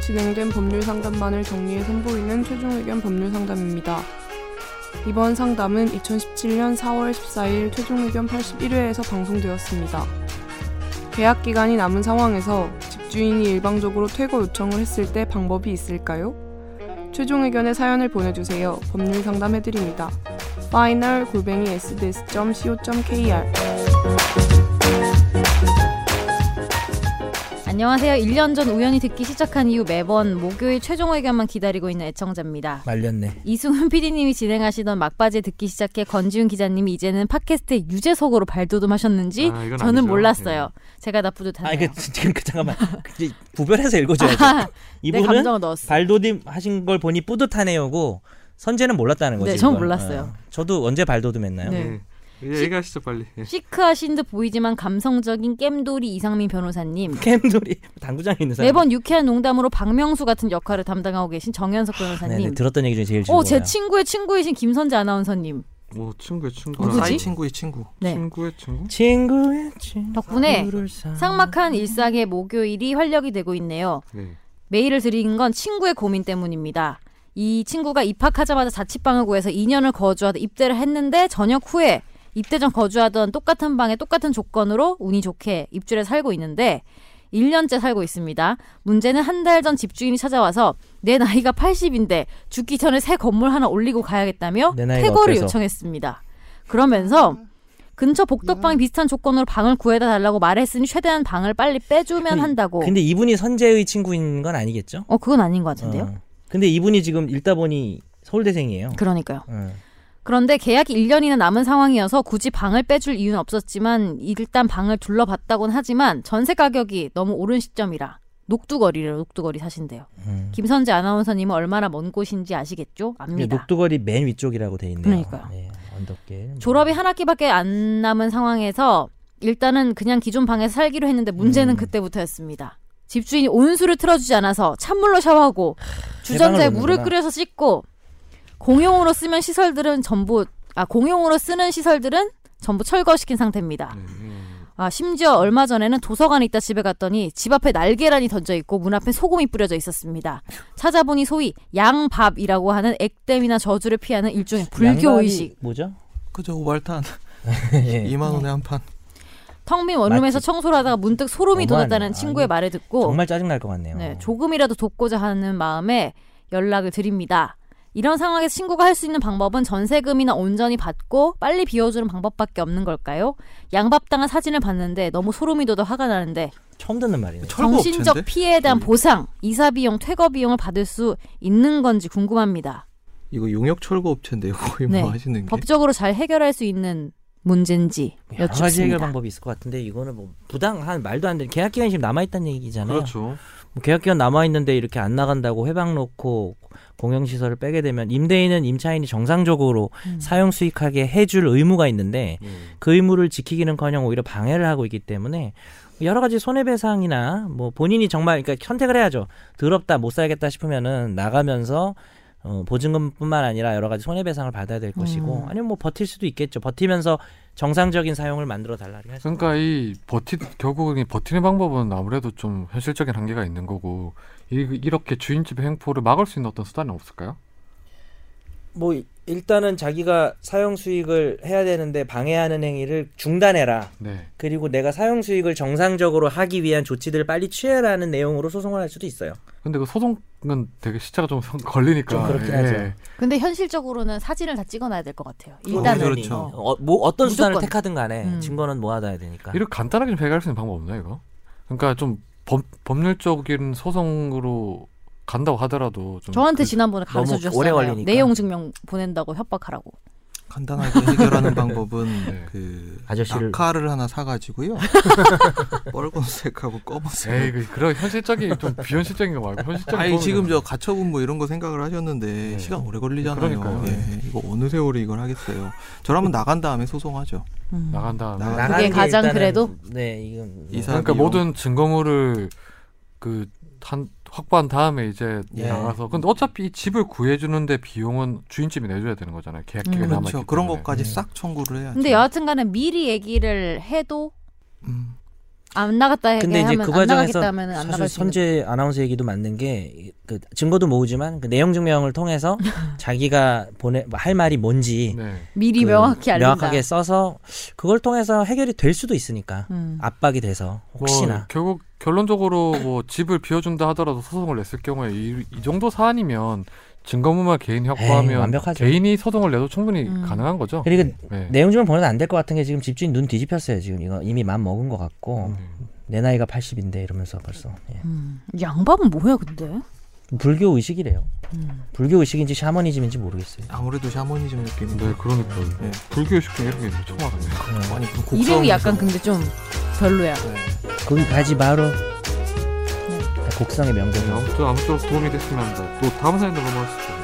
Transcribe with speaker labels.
Speaker 1: 진행된 법률 상담만을 정리해 선보이는 최종 의견 법률 상담입니다. 이번 상담은 2017년 4월 14일 최종 의견 81회에서 방송되었습니다. 계약 기간이 남은 상황에서 집주인이 일방적으로 퇴거 요청을 했을 때 방법이 있을까요? 최종 의견의 사연을 보내주세요. 법률 상담해드립니다. final 골뱅이 sds.co.kr
Speaker 2: 안녕하세요. 1년 전 우연히 듣기 시작한 이후 매번 목요일 최종 의견만 기다리고 있는 애청자입니다.
Speaker 3: 말렸네.
Speaker 2: 이승훈 PD님이 진행하시던 막바지에 듣기 시작해 건지훈 기자님이 이제는 팟캐스트의 유재석으로 발돋움하셨는지
Speaker 4: 아, 이건
Speaker 2: 저는
Speaker 4: 아니죠. 예.
Speaker 2: 몰랐어요. 제가 나쁘듯하네요.
Speaker 3: 아니 그 지금 그 잠깐만 그, 이제 구별해서 읽어줘야죠.
Speaker 2: 내
Speaker 3: 이분은
Speaker 2: 감정을 넣었어.
Speaker 3: 발도듬 하신 걸 보니 뿌듯하네요고 선재는 몰랐다는 거지.
Speaker 2: 네, 전
Speaker 3: 이건.
Speaker 2: 몰랐어요.
Speaker 3: 어. 저도 언제 발도듬했나요?
Speaker 2: 네.
Speaker 4: 예. 예, 얘기하시죠 빨리. 예.
Speaker 2: 시크하신 듯 보이지만 감성적인 겜돌이 이상민 변호사님.
Speaker 3: 캔돌이 당구장에 있는 사람.
Speaker 2: 매번 유쾌한 농담으로 박명수 같은 역할을 담당하고 계신 정현석
Speaker 3: 아, 네네,
Speaker 2: 변호사님.
Speaker 3: 들었던 얘기 중에 제일 즐거워요.
Speaker 2: 어, 제 친구의 친구이신 김선재 아나운서님.
Speaker 4: 뭐 친구의 친구.
Speaker 2: 누구지?
Speaker 5: 사이 친구의 친구.
Speaker 2: 네.
Speaker 4: 친구의 친구?
Speaker 3: 친구의 친구.
Speaker 4: 아,
Speaker 2: 덕분에
Speaker 3: 상
Speaker 2: 삭막한 일상의 목요일이 활력이 되고 있네요.
Speaker 4: 네.
Speaker 2: 메일을 드린 건 친구의 고민 때문입니다. 이 친구가 입학하자마자 자취방을 구해서 2년을 거주하다 입대를 했는데 전역 후에 입대 전 거주하던 똑같은 방에 똑같은 조건으로 운이 좋게 입주를 살고 있는데 1년째 살고 있습니다. 문제는 한 달 전 집주인이 찾아와서 내 나이가 80인데 죽기 전에 새 건물 하나 올리고 가야겠다며
Speaker 3: 내 나이가
Speaker 2: 퇴거를
Speaker 3: 어때서?
Speaker 2: 요청했습니다. 그러면서 근처 복덕방 비슷한 조건으로 방을 구해다 달라고 말했으니 최대한 방을 빨리 빼주면
Speaker 3: 근데-
Speaker 2: 한다고.
Speaker 3: 어. 근데 이분이 선재의 친구인 건 아니겠죠?
Speaker 2: 어 그건 아닌 것 같은데요.
Speaker 3: 어. 근데 이분이 지금 읽다 보니 서울대생이에요.
Speaker 2: 그러니까요.
Speaker 3: 어.
Speaker 2: 그런데 계약이 1년이나 남은 상황이어서 굳이 방을 빼줄 이유는 없었지만 일단 방을 둘러봤다곤 하지만 전세 가격이 너무 오른 시점이라 녹두거리를 녹두거리 사신대요.
Speaker 3: 음.
Speaker 2: 김선재 아나운서님은 얼마나 먼 곳인지 아시겠죠?
Speaker 3: 근데
Speaker 2: 압니다.
Speaker 3: 예, 녹두거리 맨 위쪽이라고 돼 있네요.
Speaker 2: 그러니까요.
Speaker 3: 네, 언덕길. 뭐.
Speaker 2: 졸업이 한 학기밖에 안 남은 상황에서 일단은 그냥 기존 방에서 살기로 했는데 문제는
Speaker 3: 음.
Speaker 2: 그때부터였습니다. 집주인이 온수를 틀어주지 않아서 찬물로 샤워하고 주전자에
Speaker 3: 대방을
Speaker 2: 물을
Speaker 3: 놓는구나.
Speaker 2: 끓여서 씻고 공용으로 쓰면 시설들은 전부 아 공용으로 쓰는 시설들은 전부 철거시킨 상태입니다.
Speaker 4: 네. 음.
Speaker 2: 아 심지어 얼마 전에는 도서관에 있다 집에 갔더니 집 앞에 날계란이 던져 있고 문 앞에 소금이 뿌려져 있었습니다. 찾아보니 소위 양밥이라고 하는 액땜이나 저주를 피하는 일종의 불교
Speaker 3: 양반이
Speaker 2: 의식.
Speaker 3: 뭐죠?
Speaker 5: 그저 오발탄
Speaker 3: 예.
Speaker 5: 2만
Speaker 2: 네.
Speaker 5: 원에 한 판.
Speaker 2: 텅빈 원룸에서
Speaker 3: 맞지.
Speaker 2: 청소를 하다가 문득 소름이
Speaker 3: 너무하네.
Speaker 2: 돋았다는
Speaker 3: 아,
Speaker 2: 친구의
Speaker 3: 이거
Speaker 2: 말을 듣고
Speaker 3: 정말 짜증 날 것 같네요.
Speaker 2: 어. 네, 조금이라도 돕고자 하는 마음에 연락을 드립니다. 이런 상황에서 친구가 할 수 있는 방법은 전세금이나 온전히 받고 빨리 비워주는 방법밖에 없는 걸까요? 양밥당한 사진을 봤는데 너무 소름이 돋아 화가 나는데
Speaker 3: 처음 듣는 말이네요.
Speaker 2: 정신적
Speaker 5: 철거업체인데.
Speaker 2: 피해에
Speaker 3: 음.
Speaker 2: 대한 보상, 이사 비용, 퇴거 비용을 받을 수 있는 건지 궁금합니다.
Speaker 5: 이거 용역 철거 업체인데요. 거의
Speaker 2: 네.
Speaker 5: 뭐 하시는 게.
Speaker 2: 법적으로 잘 해결할 수 있는 문제인지
Speaker 3: 음, 여러 가지 해결
Speaker 2: 여쭙습니다.
Speaker 3: 방법이 있을 것 같은데 이거는 뭐 부당한 말도 안 되는 계약 기간이 지금 남아 있다는 얘기잖아요.
Speaker 4: 그렇죠.
Speaker 3: 뭐 계약 기간 남아 있는데 이렇게 안 나간다고 회방 놓고 공영 시설을 빼게 되면 임대인은 임차인이 정상적으로
Speaker 2: 음.
Speaker 3: 사용 수익하게 해줄 의무가 있는데
Speaker 4: 네.
Speaker 3: 그 의무를 지키기는커녕 오히려 방해를 하고 있기 때문에 여러 가지 손해배상이나 뭐 본인이 정말 그러니까 선택을 해야죠. 더럽다 못 살겠다 싶으면은 나가면서 어, 보증금뿐만 아니라 여러 가지 손해배상을 받아야 될 것이고
Speaker 2: 음.
Speaker 3: 아니면 뭐 버틸 수도 있겠죠. 버티면서 정상적인 사용을 만들어 달라고 해서
Speaker 4: 그러니까 이 버티 결국은 이 버티는 방법은 아무래도 좀 현실적인 한계가 있는 거고 이, 이렇게 주인집의 행포를 막을 수 있는 어떤 수단이 없을까요?
Speaker 3: 뭐 일단은 자기가 사용 수익을 해야 되는데 방해하는 행위를 중단해라.
Speaker 4: 네.
Speaker 3: 그리고 내가 사용 수익을 정상적으로 하기 위한 조치들을 빨리 취해라는 내용으로 소송을 할 수도 있어요.
Speaker 4: 근데 그 소송은 되게 시차가 좀 걸리니까.
Speaker 3: 좀 그렇긴
Speaker 4: 예.
Speaker 3: 하죠.
Speaker 2: 근데 현실적으로는 사진을 다 찍어놔야 될 것 같아요.
Speaker 5: 일단은.
Speaker 2: 일단은
Speaker 5: 그렇죠.
Speaker 3: 어, 뭐 어떤 수단을
Speaker 2: 무조건.
Speaker 3: 택하든 간에
Speaker 2: 음.
Speaker 3: 증거는 모아둬야 되니까.
Speaker 4: 이렇게 간단하게 좀 해결할 수 있는 방법 없나 이거? 그러니까 좀 법, 법률적인 소송으로 간다고 하더라도 좀
Speaker 2: 저한테
Speaker 4: 그-
Speaker 2: 지난번에 가르쳐
Speaker 3: 너무
Speaker 2: 주셨어요. 네,
Speaker 3: 오래 걸리니까.
Speaker 2: 내용 증명 보낸다고 협박하라고.
Speaker 5: 간단하게 해결하는 방법은
Speaker 4: 네.
Speaker 5: 그
Speaker 3: 아저씨를-
Speaker 5: 낙하를 하나 사가지고요. 빨간색하고 검은색.
Speaker 4: 에이 그 그런 현실적인 좀 비현실적인 거 말고 현실적인
Speaker 5: 아니
Speaker 4: 부분을-
Speaker 5: 지금 저 가처분 뭐 이런 거 생각을 하셨는데
Speaker 4: 네.
Speaker 5: 시간 오래 걸리잖아요.
Speaker 4: 그러니까요. 네.
Speaker 5: 예, 이거 어느 세월에 이걸 하겠어요. 저라면 나간 다음에 소송하죠.
Speaker 4: 나간 다음에
Speaker 5: 나간-
Speaker 3: 나가는
Speaker 2: 그게
Speaker 3: 게
Speaker 2: 가장
Speaker 3: 일단은-
Speaker 2: 그래도?
Speaker 3: 네 이건
Speaker 5: 이사-
Speaker 4: 그러니까
Speaker 5: 비용.
Speaker 4: 모든 증거물을 그 한, 확보한 다음에 이제
Speaker 5: 예.
Speaker 4: 나가서 근데 어차피 이 집을 구해주는데 비용은 주인집이 내줘야 되는 거잖아요 계약 기간
Speaker 2: 음.
Speaker 4: 네. 이 네, 남아
Speaker 5: 그렇죠. 그런 것까지 싹 청구를 해야죠.
Speaker 2: 근데 여하튼간에 미리 얘기를 해도
Speaker 5: 음.
Speaker 2: 안 나갔다
Speaker 3: 근데 이제
Speaker 2: 하면
Speaker 3: 그
Speaker 2: 안 나가겠다
Speaker 3: 과정에서
Speaker 2: 하면은 안
Speaker 3: 사실
Speaker 2: 나갈 수 있는
Speaker 3: 선재 아나운서 얘기도 맞는 게 그 증거도 모으지만 그 내용 증명을 통해서 자기가 보내 뭐 할 말이 뭔지
Speaker 4: 네.
Speaker 2: 미리
Speaker 3: 그
Speaker 2: 명확히 알린다.
Speaker 3: 명확하게 써서 그걸 통해서 해결이 될 수도 있으니까
Speaker 2: 음.
Speaker 3: 압박이 돼서
Speaker 4: 뭐
Speaker 3: 혹시나
Speaker 4: 결국 결론적으로 뭐 집을 비워준다 하더라도 소송을 냈을 경우에 이, 이 정도 사안이면 증거물만 개인이
Speaker 3: 에이,
Speaker 4: 확보하면
Speaker 3: 완벽하죠.
Speaker 4: 개인이 소송을 내도 충분히
Speaker 2: 음.
Speaker 4: 가능한 거죠.
Speaker 3: 그리고
Speaker 4: 네.
Speaker 3: 내용 증명 보내도 안 될 것 같은 게 지금 집주인 눈 뒤집혔어요 지금 이거 이미 맘 먹은 것 같고
Speaker 4: 음,
Speaker 3: 내 나이가 80인데 이러면서 벌써 예.
Speaker 2: 음. 양밥은 뭐야 근데?
Speaker 3: 불교 의식이래요 불교 의식인지 샤머니즘인지 모르겠어요
Speaker 5: 아무래도 샤머니즘 느낌인데.
Speaker 4: 네, 그러니까
Speaker 5: 네.
Speaker 4: 불교 의식 중에 이런 게 있는 거 처음 알았네요.
Speaker 5: 아니 그 곡성.
Speaker 2: 이름이 약간 근데 좀 별로야.
Speaker 3: 거기 가지 마로 곡성의 명대사
Speaker 2: 그-
Speaker 4: 네, 아무쪼록 아무쪼록 도움이 됐으면 합니다. 또 다음 사연으로 넘어가시죠.